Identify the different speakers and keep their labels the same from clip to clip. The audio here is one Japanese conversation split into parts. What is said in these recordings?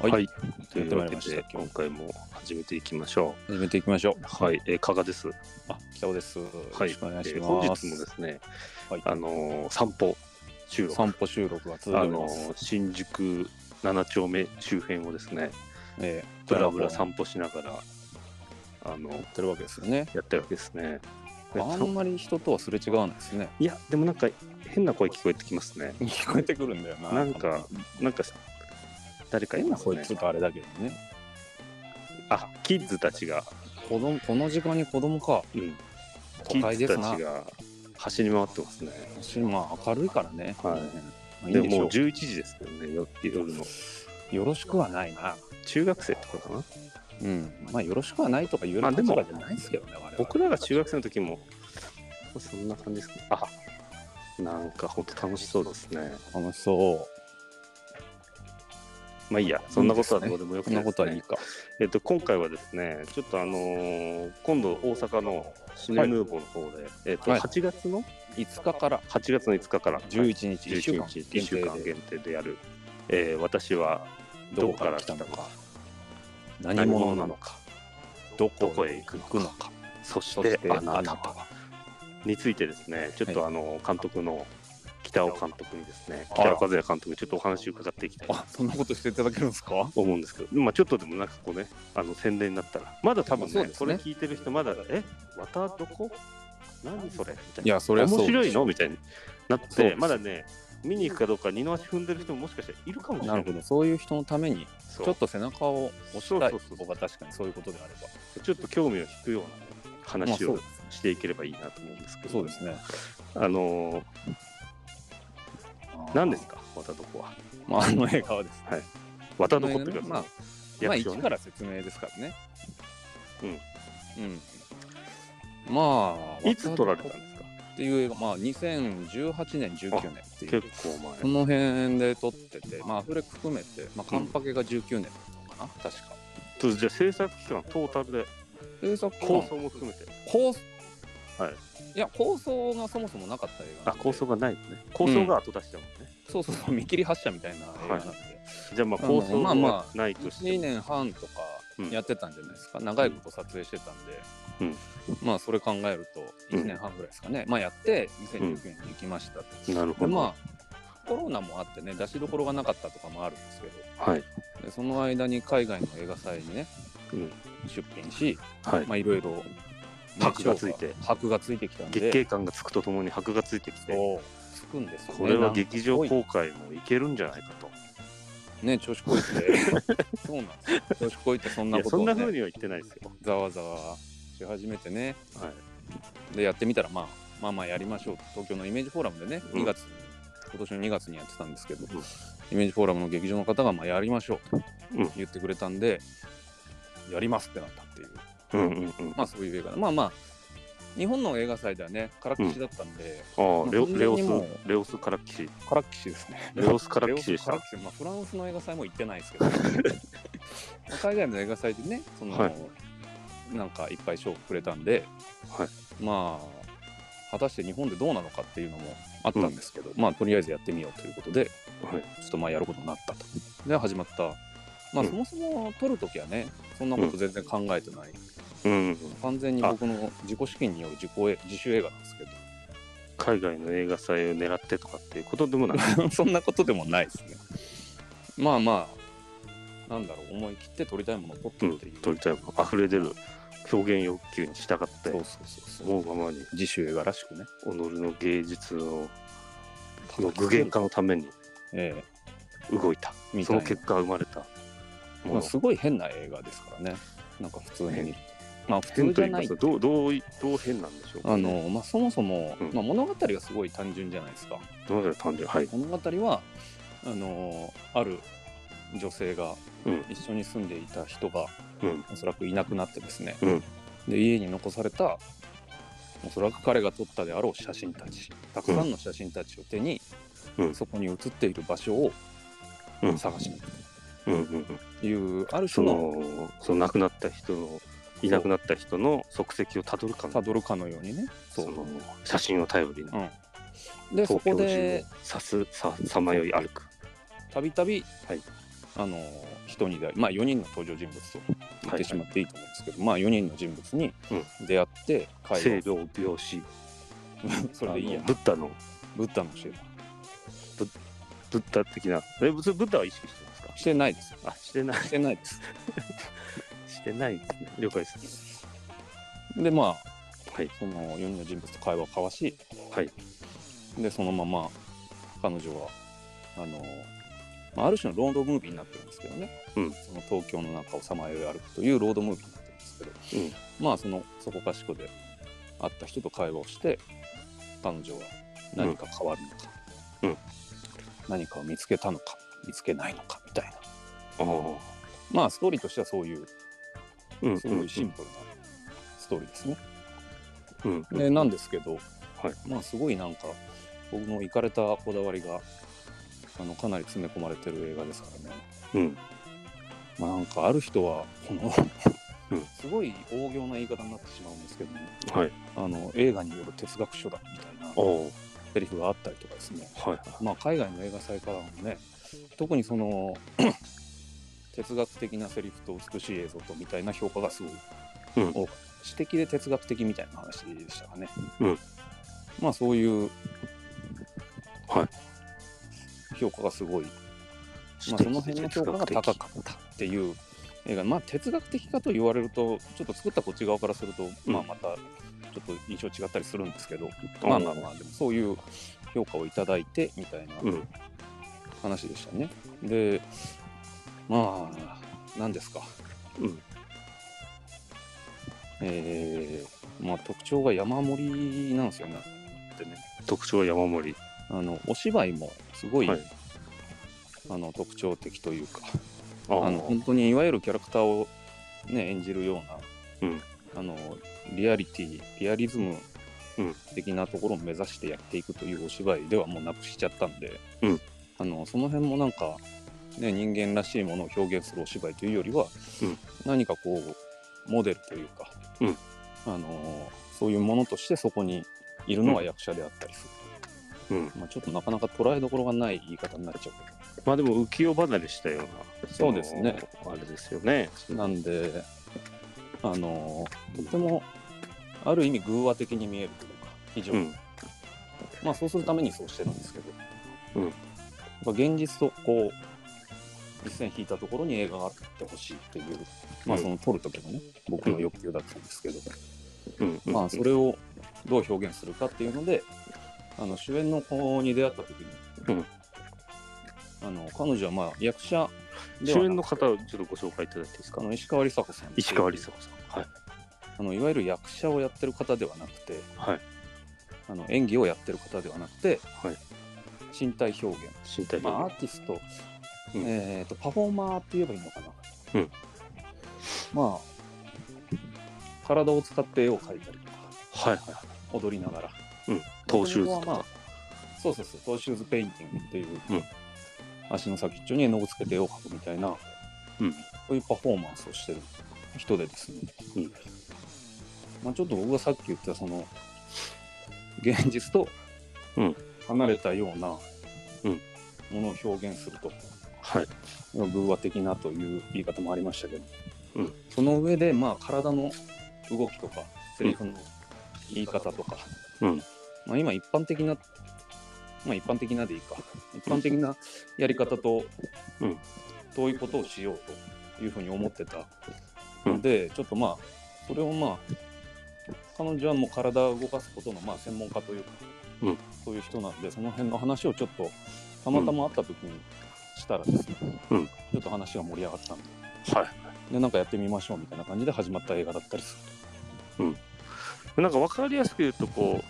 Speaker 1: はい
Speaker 2: はい。
Speaker 1: と
Speaker 2: と
Speaker 1: い
Speaker 2: いうう
Speaker 1: わ
Speaker 2: わ
Speaker 1: け
Speaker 2: け
Speaker 1: で
Speaker 2: で、
Speaker 1: 今
Speaker 2: 今
Speaker 1: 回も始めていきましょ
Speaker 2: 始めていきましょう。
Speaker 1: う。はい、えー、加賀です。は
Speaker 2: あ、北尾です。
Speaker 1: い、
Speaker 2: よろしくお願いし
Speaker 1: えー本
Speaker 2: ま
Speaker 1: 日
Speaker 2: す。
Speaker 1: もですね、
Speaker 2: はい
Speaker 1: あのー散歩収録、あ
Speaker 2: 散歩収録が続いており
Speaker 1: の
Speaker 2: ます。
Speaker 1: ー新宿7丁目周辺をですね、
Speaker 2: え
Speaker 1: ぶらぶら
Speaker 2: 歩
Speaker 1: 散歩しながら、あのー
Speaker 2: やってるわけですよね。
Speaker 1: やってるわけですね。で
Speaker 2: あ
Speaker 1: そ
Speaker 2: んまり人とはすれ違わない ですね。
Speaker 1: いや、でもなんか変な声聞こえてきますね。
Speaker 2: 聞こえてくるんだよな。
Speaker 1: なんか、なんか、誰かい
Speaker 2: 変
Speaker 1: ま
Speaker 2: な
Speaker 1: す
Speaker 2: 声っ
Speaker 1: ね
Speaker 2: つ。うかあれだけどね。
Speaker 1: あ、キッズたちが、
Speaker 2: 子供この時間に子供か。
Speaker 1: うん、
Speaker 2: 都
Speaker 1: キッ
Speaker 2: 会
Speaker 1: ズ
Speaker 2: です
Speaker 1: た
Speaker 2: な
Speaker 1: ち。が走り回ってますね。
Speaker 2: 私まあ明るいからね。
Speaker 1: はい
Speaker 2: まあいい
Speaker 1: で
Speaker 2: んでし
Speaker 1: も
Speaker 2: ょ
Speaker 1: もう
Speaker 2: う。
Speaker 1: 11時ですけどね、よ夜の。
Speaker 2: よろしくはないな。
Speaker 1: 中学生とかかな
Speaker 2: うん。まあよろしくはないとか言う
Speaker 1: まあで
Speaker 2: 立
Speaker 1: も
Speaker 2: 場じゃないですけどね。我々
Speaker 1: 僕らが中学生の時もそんな感じですねあなんかほんと楽しそうですね
Speaker 2: 楽しそう。
Speaker 1: まあいいやそんなことはどうでもよ
Speaker 2: そ
Speaker 1: くて
Speaker 2: ん
Speaker 1: で
Speaker 2: な
Speaker 1: すね
Speaker 2: ことはいいか。
Speaker 1: えっと今回はですねちょっとあのー今度大阪のシネヌーボーの方で、えっと
Speaker 2: はい
Speaker 1: 8月の
Speaker 2: 5日から
Speaker 1: 8月の5日から
Speaker 2: 11日、1週
Speaker 1: 11
Speaker 2: 間
Speaker 1: 日1
Speaker 2: 限
Speaker 1: 週間
Speaker 2: 定で
Speaker 1: 限定でやる、えー私は
Speaker 2: どこから来たのか何
Speaker 1: 何者
Speaker 2: 者
Speaker 1: な
Speaker 2: な
Speaker 1: の
Speaker 2: の
Speaker 1: か
Speaker 2: かど
Speaker 1: ど
Speaker 2: こ
Speaker 1: こ
Speaker 2: へ
Speaker 1: へ
Speaker 2: 行
Speaker 1: 行く
Speaker 2: く
Speaker 1: の
Speaker 2: の
Speaker 1: か
Speaker 2: か
Speaker 1: そし
Speaker 2: そしてて
Speaker 1: あ
Speaker 2: あ
Speaker 1: な
Speaker 2: な
Speaker 1: た
Speaker 2: た
Speaker 1: は
Speaker 2: は
Speaker 1: についてですねちょっとあの監督の北尾監督にですね
Speaker 2: あ
Speaker 1: 北
Speaker 2: ら
Speaker 1: 尾和也監督にちょっとお話を伺っていきたいな
Speaker 2: あそんなことしていただけるんですか
Speaker 1: 思うんですけど、まあ、ちょっとでもなんかこうねあの宣伝になったらまだ多分ね
Speaker 2: そうですね
Speaker 1: これ聞いてる人まだ「えまたどこ何それ?」みたい
Speaker 2: い
Speaker 1: な
Speaker 2: やそれはそう
Speaker 1: 面白い
Speaker 2: でしょ
Speaker 1: のみたいになっ
Speaker 2: そうです
Speaker 1: てまだね見に行くかどうか二の足踏んでる人ももしかしたらいるかもしれ
Speaker 2: な
Speaker 1: な
Speaker 2: る
Speaker 1: い
Speaker 2: ほどそういう人のために
Speaker 1: そ
Speaker 2: ち
Speaker 1: う
Speaker 2: ょっと背中を押したい
Speaker 1: そうそうそう
Speaker 2: 僕は確かにそういうことであれ
Speaker 1: ちょっと興味を引くような
Speaker 2: ば
Speaker 1: ね
Speaker 2: まあ
Speaker 1: 話
Speaker 2: そう
Speaker 1: を
Speaker 2: ですね
Speaker 1: していければいいなと思うんですけど
Speaker 2: そうですね
Speaker 1: あのー
Speaker 2: あー
Speaker 1: 何ですかまたどこは
Speaker 2: まああの映画はですね
Speaker 1: はいまたどこってくだ
Speaker 2: ま
Speaker 1: さ
Speaker 2: あ
Speaker 1: い
Speaker 2: まあ
Speaker 1: 役
Speaker 2: 一
Speaker 1: 所ね
Speaker 2: から説明ですからねうんまあ
Speaker 1: いつ撮られたん
Speaker 2: っ
Speaker 1: ですか
Speaker 2: ていう映画まあ2018年19年っていう
Speaker 1: 結構前
Speaker 2: この辺で撮ってて、まあ、アフレコ含めて、まあ、カンパケが19年だったのかな、確か。
Speaker 1: とじゃあ制作期間トータルで
Speaker 2: 制作
Speaker 1: 構想も含めて
Speaker 2: 構想、
Speaker 1: はい、
Speaker 2: や、構想がそもそもなかった映画な
Speaker 1: あ
Speaker 2: んで
Speaker 1: 構想がないのね構想が後出しだもんね、
Speaker 2: そうそうそう、見切り発車みたいな映画なんで、
Speaker 1: じゃあまあ
Speaker 2: あの
Speaker 1: 構想
Speaker 2: まあま
Speaker 1: が
Speaker 2: あ
Speaker 1: ないとして
Speaker 2: 1
Speaker 1: も、
Speaker 2: 年半とかやってたんじゃないですか、長いこと撮影してたんで、
Speaker 1: うん
Speaker 2: まあ、それ考えると、1年半ぐらいですかね、まあ、やって、
Speaker 1: うん
Speaker 2: 2019年に行きましたと、
Speaker 1: なるほ
Speaker 2: で、
Speaker 1: ど、
Speaker 2: まあ、コロナもあってね、出しどころがなかったとかもあるんですけど、
Speaker 1: はい、
Speaker 2: でその間に海外の映画祭にね、
Speaker 1: うん
Speaker 2: 出品し、
Speaker 1: はい、
Speaker 2: まあいろいろ
Speaker 1: 箔がついて
Speaker 2: 箔がついてきたん
Speaker 1: 月
Speaker 2: で
Speaker 1: 経感がつくとともに箔がついてきて
Speaker 2: そうつくんですよね
Speaker 1: これ
Speaker 2: な
Speaker 1: は
Speaker 2: んか
Speaker 1: 劇場公開もいけるんじゃないかと
Speaker 2: ね調子こいて そうなんですよ調子こいてそん
Speaker 1: い
Speaker 2: な
Speaker 1: や
Speaker 2: こ
Speaker 1: そ
Speaker 2: と
Speaker 1: ん
Speaker 2: を、
Speaker 1: な風
Speaker 2: ね、
Speaker 1: には言ってないですよ
Speaker 2: ざわざわし始めてね
Speaker 1: はい
Speaker 2: でやってみたら、まあ、まあまあやりましょうと東京のイメージフォーラムでね
Speaker 1: うん
Speaker 2: 2月に、今年の2月にやってたんですけど、
Speaker 1: ん
Speaker 2: イメージフォーラムの劇場の方がまあやりましょうと
Speaker 1: うん
Speaker 2: 言ってくれたんで、やりますってなったっていう
Speaker 1: うんうんうん
Speaker 2: まあそういう映画まあまあ日本の映画祭ではねからきしだったんで、
Speaker 1: ああレオ
Speaker 2: まあ
Speaker 1: レ
Speaker 2: そん
Speaker 1: オ
Speaker 2: なにも
Speaker 1: スレオスカラキシ
Speaker 2: からきしですね
Speaker 1: レオスカラキシでした
Speaker 2: レオスカラキシまあ、フランスの映画祭も行ってない ですけどまあ海外の映画祭でねその、
Speaker 1: はい
Speaker 2: なんかいっぱい賞をくれたんで、
Speaker 1: はい
Speaker 2: まあ果たして日本でどうなのかっていうのもあったんですけど、まあとりあえずやってみようということでち
Speaker 1: はい
Speaker 2: ょっとまあやることになったとで始まったまあ、
Speaker 1: うん
Speaker 2: そもそも撮るときはねそんなこと全然考えてない、
Speaker 1: うんうんうん
Speaker 2: 完全に僕の自己資金による自己え自主映画なんですけど
Speaker 1: 海外の映画祭を狙ってとかっていうことでもない
Speaker 2: そんなことでもないですね。まあまあ、なんだろう、思い切って撮りたいものを撮って
Speaker 1: う
Speaker 2: るっ
Speaker 1: ん
Speaker 2: ていう。
Speaker 1: 撮りたいもの溢れ出る表現欲求に従っ
Speaker 2: そ
Speaker 1: て
Speaker 2: うそうそうそう。
Speaker 1: 思うままに
Speaker 2: 自主映画らしくね。
Speaker 1: 己の芸術をの具現化のために
Speaker 2: ええ
Speaker 1: 動いた
Speaker 2: み
Speaker 1: そ
Speaker 2: たい
Speaker 1: の
Speaker 2: な。
Speaker 1: 結果生まれたも
Speaker 2: まあ、
Speaker 1: の
Speaker 2: すごい変な映画ですからね。なんか普通に見ると。まあ普通
Speaker 1: 変
Speaker 2: じ
Speaker 1: と
Speaker 2: ゃ
Speaker 1: 言い
Speaker 2: な
Speaker 1: ま
Speaker 2: い
Speaker 1: す。とどうどういどう変なんでしょうか
Speaker 2: あ
Speaker 1: ね、
Speaker 2: の、まあそもそも、
Speaker 1: うん
Speaker 2: まあ物語がすごい単純じゃないですか。
Speaker 1: どうだろう単純はい
Speaker 2: 物語は、あの、ある女性が
Speaker 1: うん
Speaker 2: 一緒に住んでいた人が、
Speaker 1: うん
Speaker 2: おそらくいなくなってですね、
Speaker 1: うん
Speaker 2: で家に残されたおそらく彼が撮ったであろう写真たちたくさんの写真たちを手に、
Speaker 1: うん
Speaker 2: そこに写っている場所を
Speaker 1: うん
Speaker 2: 探しに行く
Speaker 1: うんうんうん
Speaker 2: という、ある
Speaker 1: そ
Speaker 2: 種の
Speaker 1: のその亡くなった人のいなくなった人の足跡をたどるかの
Speaker 2: たどるかのようにねそ、
Speaker 1: そうの写真を頼りに
Speaker 2: うん、でそ
Speaker 1: 東
Speaker 2: こ
Speaker 1: 京
Speaker 2: で
Speaker 1: 中をさすささまよい歩く
Speaker 2: たびたび
Speaker 1: はい
Speaker 2: あの人に出会いまあ4人の登場人物と言っ
Speaker 1: い
Speaker 2: てしまっていいと思うんですけど、まあ4人の人物に
Speaker 1: う
Speaker 2: 出会って会話
Speaker 1: 清
Speaker 2: を
Speaker 1: 涼病死
Speaker 2: それでいいや
Speaker 1: あのブッダの
Speaker 2: ブッダの教えだ
Speaker 1: ブッダ的なえ別にブッダは意識してますか
Speaker 2: してないです
Speaker 1: あしてない
Speaker 2: してないです
Speaker 1: してないですね了解です
Speaker 2: でまあ、
Speaker 1: はい
Speaker 2: その4人の人物と会話を交わし、
Speaker 1: はい
Speaker 2: でそのまま彼女はあの、まあ、ある種のロードムービーになってるんですけどね、
Speaker 1: うん
Speaker 2: その東京の中をさまよい歩くというロードムービーになってるんですけど、まあそのそこかしこで会った人と会話をして彼女は何か変わるのか、
Speaker 1: うんうん
Speaker 2: 何かを見つけたのか見つけないのかみたいな
Speaker 1: ああ
Speaker 2: まあストーリーとしてはそういう
Speaker 1: うん
Speaker 2: すごいシンプルなストーリーですね。
Speaker 1: うんうん
Speaker 2: でなんですけど、
Speaker 1: はい
Speaker 2: まあすごいなんか僕の行かれたこだわりがあのかなり詰め込まれてる映画ですからね、
Speaker 1: うん
Speaker 2: まあ、なんかある人はこの
Speaker 1: うん
Speaker 2: すごい大行な言い方になってしまうんですけど、ね、
Speaker 1: はい
Speaker 2: あの映画による哲学書だみたい
Speaker 1: あ
Speaker 2: な
Speaker 1: あ
Speaker 2: セリフがあったりとかですね、
Speaker 1: はい
Speaker 2: まあ、海外の映画祭からもね特にその 哲学的なセリフと美しい映像とみたいな評価がすごい
Speaker 1: うん
Speaker 2: 多かった詩的で哲学的みたいな話でしたかね、
Speaker 1: うん
Speaker 2: まあそういう
Speaker 1: はい
Speaker 2: 評価がすごい、まあ、その辺の評価が高かったっていう映画まあ哲学的かと言われるとちょっと作ったこっち側からすると、
Speaker 1: うん
Speaker 2: まあまたちょっと印象違ったりするんですけど、
Speaker 1: うん
Speaker 2: まあまあまあでもそういう評価をいただいてみたいな
Speaker 1: うん
Speaker 2: 話でしたね。でまあ何ですか、
Speaker 1: うん
Speaker 2: えーまあ、特徴が山盛りなんですよね。でね
Speaker 1: 特徴は山盛り
Speaker 2: あのお芝居もすごい、
Speaker 1: はい
Speaker 2: あの特徴的というか
Speaker 1: あ
Speaker 2: あの本当にいわゆるキャラクターを、ね、演じるような、
Speaker 1: うん
Speaker 2: あのリアリティリアリズム
Speaker 1: うん
Speaker 2: 的なところを目指してやっていくというお芝居ではもうなくしちゃったんで、
Speaker 1: うん
Speaker 2: あのその辺もなんか、ね、人間らしいものを表現するお芝居というよりは、
Speaker 1: うん
Speaker 2: 何かこうモデルというか、
Speaker 1: うん
Speaker 2: あのそういうものとしてそこにいるのは役者であったりする、
Speaker 1: うん
Speaker 2: まあ、ちょっとなかなか捉えどころがない言い方になっちゃうけど。
Speaker 1: まあでも浮世離れしたような
Speaker 2: そうですね
Speaker 1: そのあれですよね
Speaker 2: なんで、あのとてもある意味偶話的に見えるというか、非常
Speaker 1: う
Speaker 2: に、
Speaker 1: ん
Speaker 2: まあそうするためにそうしてるんですけど、
Speaker 1: うん
Speaker 2: やっぱ現実とこう、一線引いたところに映画があってほしいっていう、まあ
Speaker 1: うん
Speaker 2: その撮る時のね、僕の欲求だったんですけど、
Speaker 1: うん
Speaker 2: まあそれをどう表現するかっていうので、あの主演の子に出会った時に、
Speaker 1: うん
Speaker 2: あの彼女はまあ役者で
Speaker 1: 主
Speaker 2: は
Speaker 1: 演
Speaker 2: な
Speaker 1: の
Speaker 2: く
Speaker 1: 方をちょっとご紹介いただいていいですか
Speaker 2: あの石川梨紗子さんっていう
Speaker 1: 石川梨紗子さんはい
Speaker 2: あのいわゆる役者をやってる方ではなくて
Speaker 1: はい
Speaker 2: あの演技をやってる方ではなくて、
Speaker 1: はい
Speaker 2: 身体表現、
Speaker 1: 身体
Speaker 2: まあ、
Speaker 1: 表
Speaker 2: アーティスト、
Speaker 1: うん
Speaker 2: えー、とパフォーマーって言えばいいのかな、
Speaker 1: うん
Speaker 2: まあ体を使って絵を描いたりとか
Speaker 1: 現はいはい
Speaker 2: 踊りながら
Speaker 1: うんトーシュー
Speaker 2: こ
Speaker 1: ズと
Speaker 2: れはま
Speaker 1: か
Speaker 2: あそうそうそうトーシューズペインティングっていう、
Speaker 1: うん
Speaker 2: 足の先っちょに絵の具つけて絵を描くみたいな
Speaker 1: うん
Speaker 2: こういうパフォーマンスをしてる人でですね、
Speaker 1: うん
Speaker 2: まあ、ちょっと僕がさっき言ったその現実と
Speaker 1: うん
Speaker 2: 離れたようなも
Speaker 1: うん
Speaker 2: のを表現すると、
Speaker 1: はい
Speaker 2: 偶話的なという言い方もありましたけど、
Speaker 1: うん
Speaker 2: その上でまあ体の動きとかセリフの言い方とか、
Speaker 1: うん
Speaker 2: まあ、今一般的なまあ一般的なでいいか一般的なやり方と
Speaker 1: うん
Speaker 2: 遠いことをしようというふうに思ってた
Speaker 1: うん
Speaker 2: ので、ちょっとまあそれをまあ彼女はもう体を動かすことのまあ専門家というか、
Speaker 1: うん
Speaker 2: そういう人なんでその辺の話をちょっとたまたま会った時にしたらですね、
Speaker 1: うん
Speaker 2: ちょっと話が盛り上がったんで
Speaker 1: はい
Speaker 2: でなんかやってみましょうみたいな感じで始まった映画だったりす
Speaker 1: なんか分かりやすく言うとこ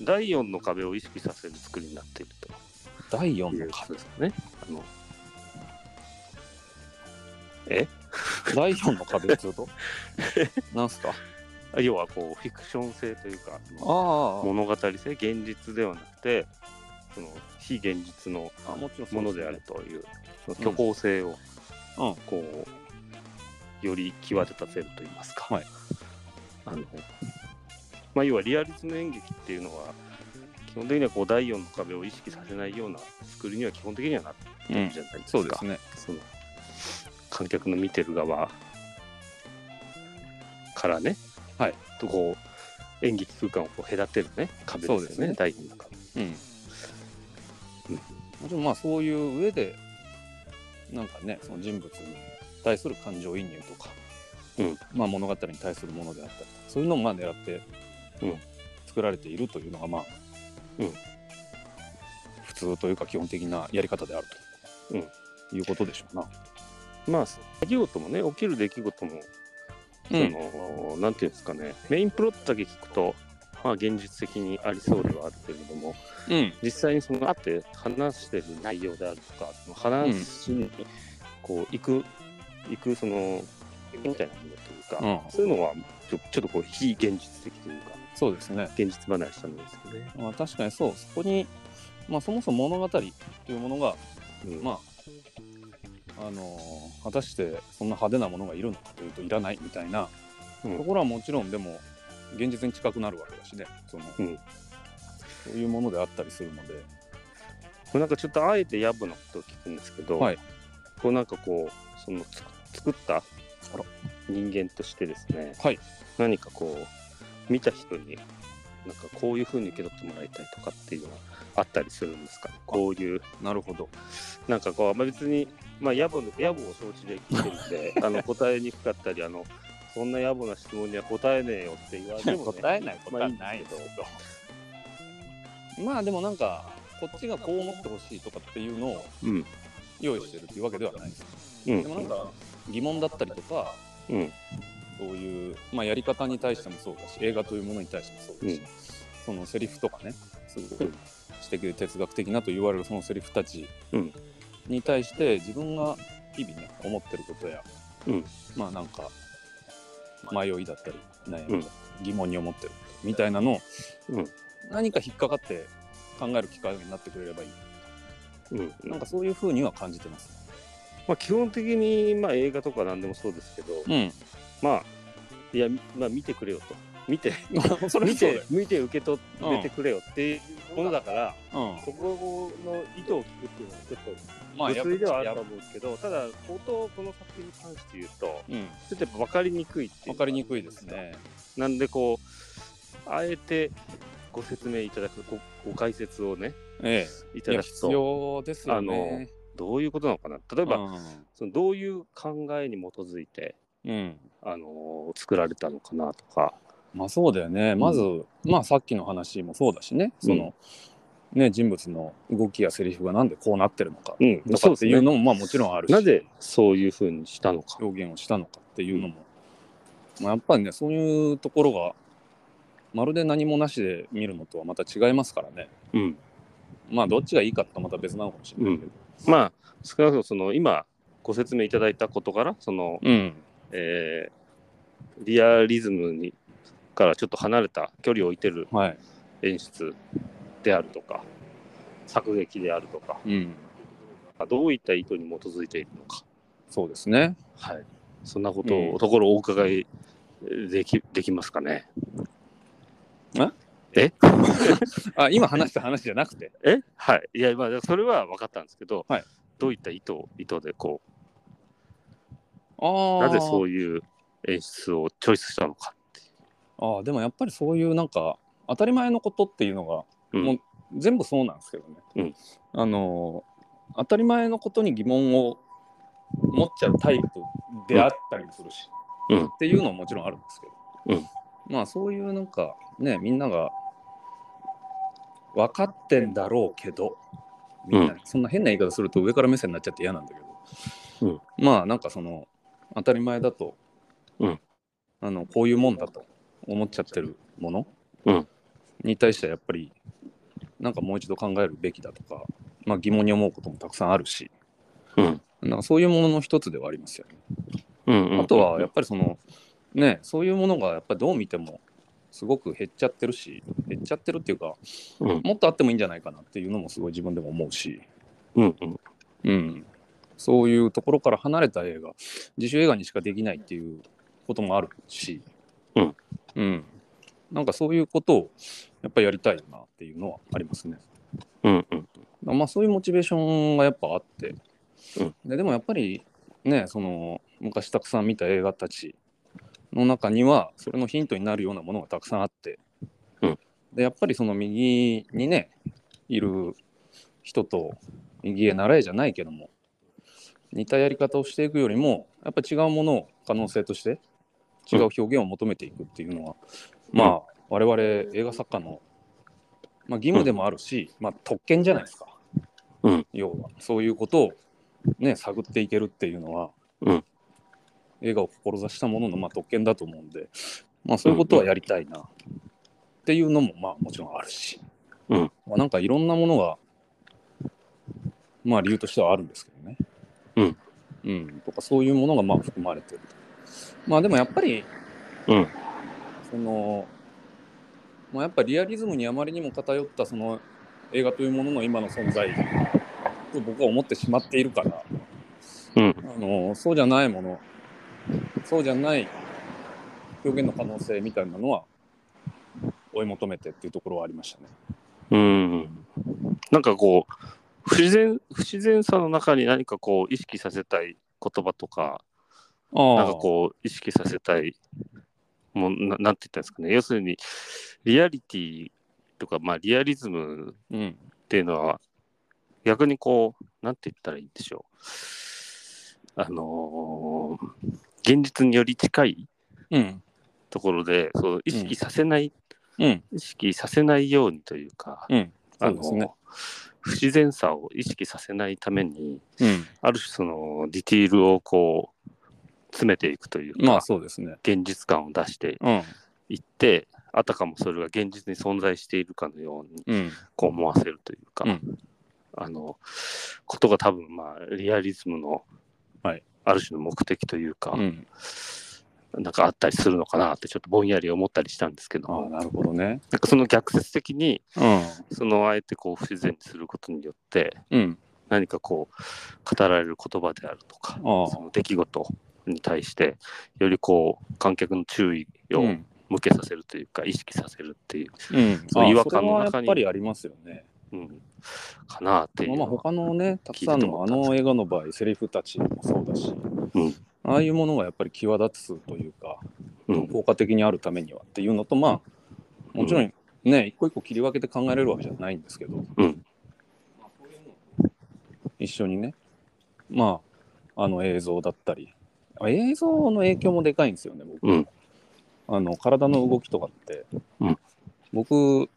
Speaker 1: う第4の壁を意識させる作りになっている
Speaker 2: る第
Speaker 1: とい
Speaker 2: 4
Speaker 1: う
Speaker 2: の
Speaker 1: こ
Speaker 2: 壁
Speaker 1: とですかね。あの
Speaker 2: 第4の 壁っていうとなんすか
Speaker 1: 要はこうフィクション性というかその
Speaker 2: あ
Speaker 1: 物語性現実ではなくてその非現実の
Speaker 2: あもちろんそうですね
Speaker 1: ものであるというその虚構性を
Speaker 2: あうん
Speaker 1: こうより際立たせるといいますか、
Speaker 2: はい
Speaker 1: あのまあ、要はリアリズム演劇っていうのは基本的にはこう第4の壁を意識させないような作りには基本的にはなってるじゃないですか。
Speaker 2: そうですね
Speaker 1: その観客の見てる側からね、
Speaker 2: はい、
Speaker 1: とこう演劇空間をこう隔てるね壁ですよ
Speaker 2: そうで
Speaker 1: ね
Speaker 2: すね
Speaker 1: 台の中
Speaker 2: うん、もちろんまあそういう上でなんかねその人物に対する感情移入とか、
Speaker 1: うん
Speaker 2: まあ、物語に対するものであったりとかそういうのをまあ狙って
Speaker 1: うん
Speaker 2: 作られているというのがまあ、
Speaker 1: うん
Speaker 2: 普通というか基本的なやり方であると、いうことでしょうな。
Speaker 1: まあ出来事もね起きる出来事も、そのなんていうんですかねメインプロットだけ聞くとまあ現実的にありそうではあるけれども
Speaker 2: うん
Speaker 1: 実際にその会って話してる内容であるとかその話にこう行く、行くそのみたいなものというか、
Speaker 2: うん
Speaker 1: そういうのはちょちょっとこう非現実的というか
Speaker 2: そうですね、
Speaker 1: 現実離れしたんですよね。
Speaker 2: まあ、確かにそうそこに、まあ、そもそも物語というものが
Speaker 1: うん
Speaker 2: まああのー果たしてそんな派手なものがいるのかというといらないみたいな
Speaker 1: うん
Speaker 2: ところはもちろんでも現実に近くなるわけだしねその、
Speaker 1: うん
Speaker 2: そういうものであったりするので、
Speaker 1: これなんかちょっとあえて野暮なことを聞くんですけど、
Speaker 2: はい
Speaker 1: こうなんかこうそのつ作った
Speaker 2: ら
Speaker 1: 人間としてですね、
Speaker 2: はい
Speaker 1: 何かこう見た人になんかこういうふうに受け取ってもらいたいとかっていうのはあったりするんですかねこういう
Speaker 2: なるほど
Speaker 1: なんかこう、まあ、別に、まあ、野暮の野暮を承知で聞いてるので あの答えにくかったりあのそんな野暮な質問には答えねえよって言われても、ね、
Speaker 2: 答えないことは
Speaker 1: まあ
Speaker 2: ないい
Speaker 1: ん
Speaker 2: で
Speaker 1: ですすけど
Speaker 2: けどまあでもなんかこっちがこう思ってほしいとかっていうのを
Speaker 1: うん
Speaker 2: 用意してるっていうわけではないです
Speaker 1: う
Speaker 2: でもなん
Speaker 1: ん
Speaker 2: か疑問だったりとか
Speaker 1: うん
Speaker 2: そういう、まあ、やり方に対してもそうだし映画というものに対してもそうだし、
Speaker 1: うん
Speaker 2: そのセリフとかねすご
Speaker 1: う
Speaker 2: く
Speaker 1: ん
Speaker 2: 知的で哲学的なと言われるそのセリフたち
Speaker 1: うん
Speaker 2: に対して自分が日々ね思ってることや、
Speaker 1: うん
Speaker 2: まあなんか迷いだったり悩みだったり疑問に思ってることみたいなのを
Speaker 1: うん
Speaker 2: 何か引っかかって考える機会になってくれればいい
Speaker 1: うん
Speaker 2: なんかそういうふうには感じてます。
Speaker 1: まあ、基本的に、まあ、映画とか何でもそうですけど、
Speaker 2: うん、
Speaker 1: まあいや、まあ、見てくれよと見て
Speaker 2: それ
Speaker 1: 見
Speaker 2: 見て
Speaker 1: て、見て受け取ってくれよっていうものだから、
Speaker 2: うん、
Speaker 1: そこの意図を聞くっていうのはちょっ
Speaker 2: まあ
Speaker 1: と
Speaker 2: やっぱ
Speaker 1: 無粋ではある
Speaker 2: や
Speaker 1: と
Speaker 2: っぱ
Speaker 1: 思うんですけどただ冒頭この作品に関して言うと
Speaker 2: うん、
Speaker 1: ちょっとやっぱ分かりにくいっていう
Speaker 2: わかりにくいですね。
Speaker 1: なんでこうあえてご説明いただくごご解説をね
Speaker 2: ええ。
Speaker 1: いた
Speaker 2: いや
Speaker 1: だく
Speaker 2: 必
Speaker 1: と
Speaker 2: 要ですよね。
Speaker 1: どういうことなのかな例えば、そのどういう考えに基づいて
Speaker 2: うん、うん
Speaker 1: あの作られたのかなとか、
Speaker 2: まあそうだよね。まず、まあさっきの話もそうだしね。その、ね人物の動きやセリフがなんでこうなってるのか
Speaker 1: うん
Speaker 2: と
Speaker 1: そ
Speaker 2: か
Speaker 1: う
Speaker 2: っ
Speaker 1: です
Speaker 2: て
Speaker 1: ね
Speaker 2: いうのもまあもちろんあるし、
Speaker 1: なぜそういうふうにしたのか。
Speaker 2: 表現をしたのかっていうのも、まあやっぱりねそういうところがまるで何もなしで見るのとはまた違いますからね。
Speaker 1: うん、
Speaker 2: まあどっちがいいかとまた別なのかもしれないけど。
Speaker 1: まあ少なくともその今ご説明いただいたことからその、
Speaker 2: うん。
Speaker 1: えーリアリズムにからちょっと離れた距離を置いてる
Speaker 2: はい。
Speaker 1: 演出であるとか作劇であるとか
Speaker 2: うん。
Speaker 1: どういった意図に基づいているのか、
Speaker 2: そうですね。
Speaker 1: はい、そんなことを、
Speaker 2: うん
Speaker 1: ところをお伺いできできますかね。
Speaker 2: あ今話した話じゃなくて。
Speaker 1: えはい。いや、まあ、それは分かったんですけど、
Speaker 2: はい
Speaker 1: どういった意図意図でこ
Speaker 2: あ
Speaker 1: う、
Speaker 2: あ。
Speaker 1: なぜそういう演出をチョイスしたのか。
Speaker 2: ああでもやっぱりそういうなんか当たり前のことっていうのが
Speaker 1: うん
Speaker 2: もう全部そうなんですけどね、
Speaker 1: うん
Speaker 2: あのー当たり前のことに疑問を持っちゃうタイプであったりもするし、
Speaker 1: うん
Speaker 2: っていうのももちろんあるんですけど、
Speaker 1: うん
Speaker 2: まあそういうなんかねみんなが分かってんだろうけどみんな、
Speaker 1: う
Speaker 2: そんな変な言い方すると上から目線になっちゃって嫌なんだけど、まあなんかその当たり前だと、
Speaker 1: うん
Speaker 2: あのこういうもんだと思っちゃってるもの、
Speaker 1: うん
Speaker 2: に対してはやっぱりなんかもう一度考えるべきだとか、まあ、疑問に思うこともたくさんあるし
Speaker 1: うん
Speaker 2: なんかそういうものの一つではありますよね。
Speaker 1: うんうん
Speaker 2: あとはやっぱりそのねそういうものがやっぱりどう見てもすごく減っちゃってるし減っちゃってるっていうか
Speaker 1: うん
Speaker 2: もっとあってもいいんじゃないかなっていうのもすごい自分でも思うし、
Speaker 1: うんうん
Speaker 2: うん、そういうところから離れた映画自主映画にしかできないっていうこともあるし、
Speaker 1: うん
Speaker 2: うんなんかそういうことをやっぱりやりたいなっていうのはありますね。
Speaker 1: うんうん
Speaker 2: まあそういうモチベーションがやっぱあって、
Speaker 1: うん
Speaker 2: ででもやっぱりねその昔たくさん見た映画たちの中にはそれのヒントになるようなものがたくさんあって、
Speaker 1: うん
Speaker 2: でやっぱりその右にねいる人と右へ習えじゃないけども似たやり方をしていくよりもやっぱ違うものを可能性として違う表現を求めていくっていうのは、
Speaker 1: うん
Speaker 2: まあ我々映画作家の、まあ、義務でもあるし、まあ、特権じゃないですか、
Speaker 1: うん
Speaker 2: 要はそういうことを、ね、探っていけるっていうのは、
Speaker 1: うん
Speaker 2: 映画を志したものの、まあ、特権だと思うんで、まあ、そういうことはやりたいなっていうのも、まあ、もちろんあるし、
Speaker 1: うん
Speaker 2: まあ、なんかいろんなものが、まあ、理由としてはあるんですけどね。
Speaker 1: うん
Speaker 2: うん、とかそういうものがまあ含まれてるまあでもやっぱり
Speaker 1: うん
Speaker 2: その、まあ、やっぱリアリズムにあまりにも偏ったその映画というものの今の存在と僕は思ってしまっているから、
Speaker 1: うん
Speaker 2: あのそうじゃないものそうじゃない表現の可能性みたいなのは追い求めてっていうところはありましたね。
Speaker 1: うんなんかこう不自然不自然さの中に何かこう意識させたい言葉とかなんかこう意識させたいもうななんて言ったんですかね要するにリアリティとか、まあ、リアリズム
Speaker 2: う、うん、
Speaker 1: っていうのは逆にこうなんて言ったらいいんでしょうあのー現実により近い
Speaker 2: うん、
Speaker 1: ところでそう意識させない、
Speaker 2: うん、
Speaker 1: 意識させないようにというか、
Speaker 2: うん、
Speaker 1: あ
Speaker 2: そう
Speaker 1: の
Speaker 2: ですね。
Speaker 1: 不自然さを意識させないために
Speaker 2: うん、
Speaker 1: ある種そのディティールをこう詰めていくというか、
Speaker 2: まあそうですね。
Speaker 1: 現実感を出して
Speaker 2: うん、
Speaker 1: いってあたかもそれが現実に存在しているかのように
Speaker 2: うん、
Speaker 1: こう思わせるというか、
Speaker 2: うん
Speaker 1: あのことが多分まあリアリズムの
Speaker 2: はい
Speaker 1: ある種の目的というか、
Speaker 2: うん。
Speaker 1: なんかあったりするのかなってちょっとぼんやり思ったりしたんですけど
Speaker 2: ああ、
Speaker 1: も
Speaker 2: なるほどね。
Speaker 1: なんかその逆説的に
Speaker 2: うん、
Speaker 1: そのあえてこう不自然にすることによって
Speaker 2: うん、
Speaker 1: 何かこう語られる言葉であると
Speaker 2: あ
Speaker 1: か
Speaker 2: あ
Speaker 1: その出来事に対してよりこう観客の注意
Speaker 2: う
Speaker 1: を
Speaker 2: ん。
Speaker 1: 向けさせるというか、意識させるっていう、
Speaker 2: うん、
Speaker 1: そう
Speaker 2: あ
Speaker 1: 違和感の中
Speaker 2: それはやっ
Speaker 1: に
Speaker 2: ぱりありますよね。
Speaker 1: うん、かなっていう
Speaker 2: まあ、
Speaker 1: のは。
Speaker 2: 他のねたくさんのあの映画の場合セリフたちもそうだし、
Speaker 1: うん
Speaker 2: ああいうものがやっぱり際立つというか
Speaker 1: うん
Speaker 2: 効果的にあるためにはっていうのとまあもちろんね一個一個切り分けて考えられるわけじゃないんですけど、
Speaker 1: うん
Speaker 2: まあこういうのを一緒にねまああの映像だったりあ映像の影響もでかいんですよね僕、
Speaker 1: うん
Speaker 2: あの体の動きとかって、
Speaker 1: うん
Speaker 2: 僕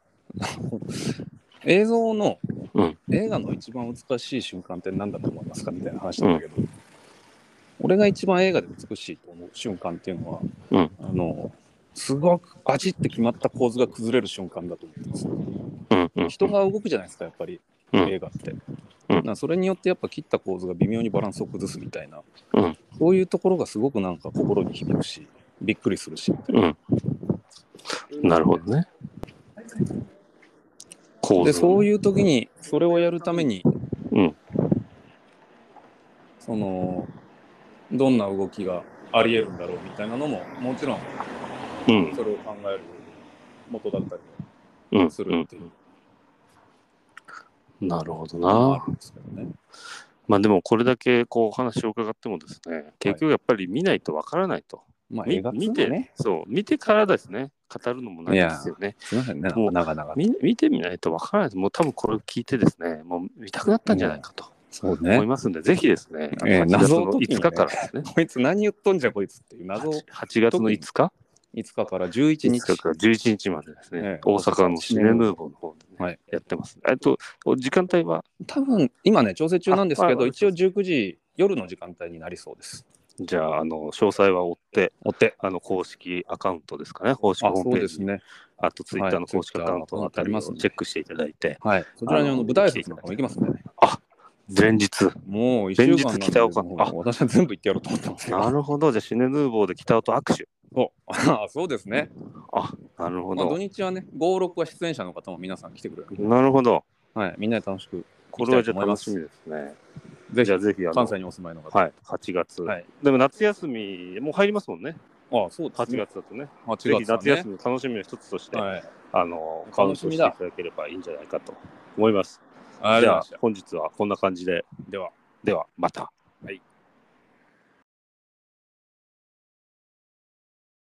Speaker 2: 映像の
Speaker 1: うん
Speaker 2: 映画の一番美しい瞬間って何だと思いますかみたいな話なんだけど、俺が一番映画で美しいと思う瞬間っていうのは、
Speaker 1: うん
Speaker 2: あのすごくバチって決まった構図が崩れる瞬間だと思うんですよ
Speaker 1: うんうん
Speaker 2: 人が動くじゃないですかやっぱり、
Speaker 1: うん
Speaker 2: 映画って、
Speaker 1: うん
Speaker 2: なそれによってやっぱ切った構図が微妙にバランスを崩すみたいな、
Speaker 1: うん
Speaker 2: そういうところがすごくなんか心に響くしびっくりするし
Speaker 1: うんなるほどね。構
Speaker 2: でそう
Speaker 1: いう
Speaker 2: いう時にそれをやるために、
Speaker 1: うん
Speaker 2: そのどんな動きがありえるんだろうみたいなのももちろん
Speaker 1: うん
Speaker 2: それを考える元だったり
Speaker 1: うん
Speaker 2: するっていう
Speaker 1: うんなるほど
Speaker 2: のが
Speaker 1: な
Speaker 2: あ。るんですけどね。
Speaker 1: まあでもこれだけこうお話を伺ってもですね結局やっぱり見ないとわからないと、
Speaker 2: まあ
Speaker 1: み
Speaker 2: 映画っていう
Speaker 1: 見
Speaker 2: のは
Speaker 1: て
Speaker 2: ね、
Speaker 1: そう見てからですね語るのもないですよね。
Speaker 2: すみませんね、
Speaker 1: もう
Speaker 2: 長々と。
Speaker 1: み見てみないとわからないです。もう多分これを聞いてですね、もう見たくなったんじゃないかと
Speaker 2: そう
Speaker 1: 思い
Speaker 2: ね。
Speaker 1: ますんで、ぜひですね、あの
Speaker 2: ええ
Speaker 1: 8月
Speaker 2: 謎を
Speaker 1: の
Speaker 2: 解きに
Speaker 1: 5
Speaker 2: ね
Speaker 1: 日からですね、
Speaker 2: こいつ何言っとんじゃこいつっていう謎を
Speaker 1: 8, 月の5日
Speaker 2: 5日から11日。
Speaker 1: ?5 日から11日までですね、
Speaker 2: ええ
Speaker 1: 大阪のシネムーボーの方で、ね
Speaker 2: はい
Speaker 1: やってます。えっと、お時間帯は
Speaker 2: 多分今ね、調整中なんですけ
Speaker 1: あ
Speaker 2: ど、
Speaker 1: はい
Speaker 2: 一応19時夜の時間帯になりそうです。
Speaker 1: じゃあ、あの、詳細は追って、
Speaker 2: お手。
Speaker 1: あの、公式アカウントですかね、公式
Speaker 2: あ、
Speaker 1: ホー
Speaker 2: そ
Speaker 1: ム
Speaker 2: う
Speaker 1: ペー
Speaker 2: で
Speaker 1: ジ、
Speaker 2: すね。
Speaker 1: あとツイッターの公式ア
Speaker 2: はい
Speaker 1: カウントのあたりをチェックしていただいて、
Speaker 2: はい。そちらにあ
Speaker 1: あ
Speaker 2: の
Speaker 1: の
Speaker 2: 舞台挨拶なんかも行きますんでね。
Speaker 1: 前日。
Speaker 2: もう一週間
Speaker 1: 前日北岡
Speaker 2: なんで
Speaker 1: あ
Speaker 2: もう私は全部行ってやろうと思ってますけど。
Speaker 1: なるほど、じゃあシネヌーボーで北尾と握手。
Speaker 2: そうあそうですね。
Speaker 1: あ、なるほ
Speaker 2: まあ、土
Speaker 1: ど。
Speaker 2: 日はね、5、6は出演者の方も皆さん来てくれる。
Speaker 1: なるほど。
Speaker 2: はい。みんなで楽しく。
Speaker 1: これはじゃあ楽しみですね。
Speaker 2: ぜひ
Speaker 1: じゃあぜひあの、
Speaker 2: 関西にお住まいの方。
Speaker 1: はい、8月、
Speaker 2: はい
Speaker 1: でも夏休み、もう入りますもんね。
Speaker 2: あそうです
Speaker 1: 8
Speaker 2: ね。
Speaker 1: 月だとね。
Speaker 2: 8
Speaker 1: ぜひ夏休
Speaker 2: み。
Speaker 1: みの楽しみの一つとして、
Speaker 2: はい。
Speaker 1: あの、カウン
Speaker 2: 楽し
Speaker 1: ト
Speaker 2: み
Speaker 1: してい
Speaker 2: だ
Speaker 1: ただければいいんじゃないかと思います。
Speaker 2: ありがとうご
Speaker 1: じ
Speaker 2: ざい
Speaker 1: ゃ
Speaker 2: ま
Speaker 1: あ
Speaker 2: した。
Speaker 1: 本日はこんな感じで、
Speaker 2: では。
Speaker 1: ではまた。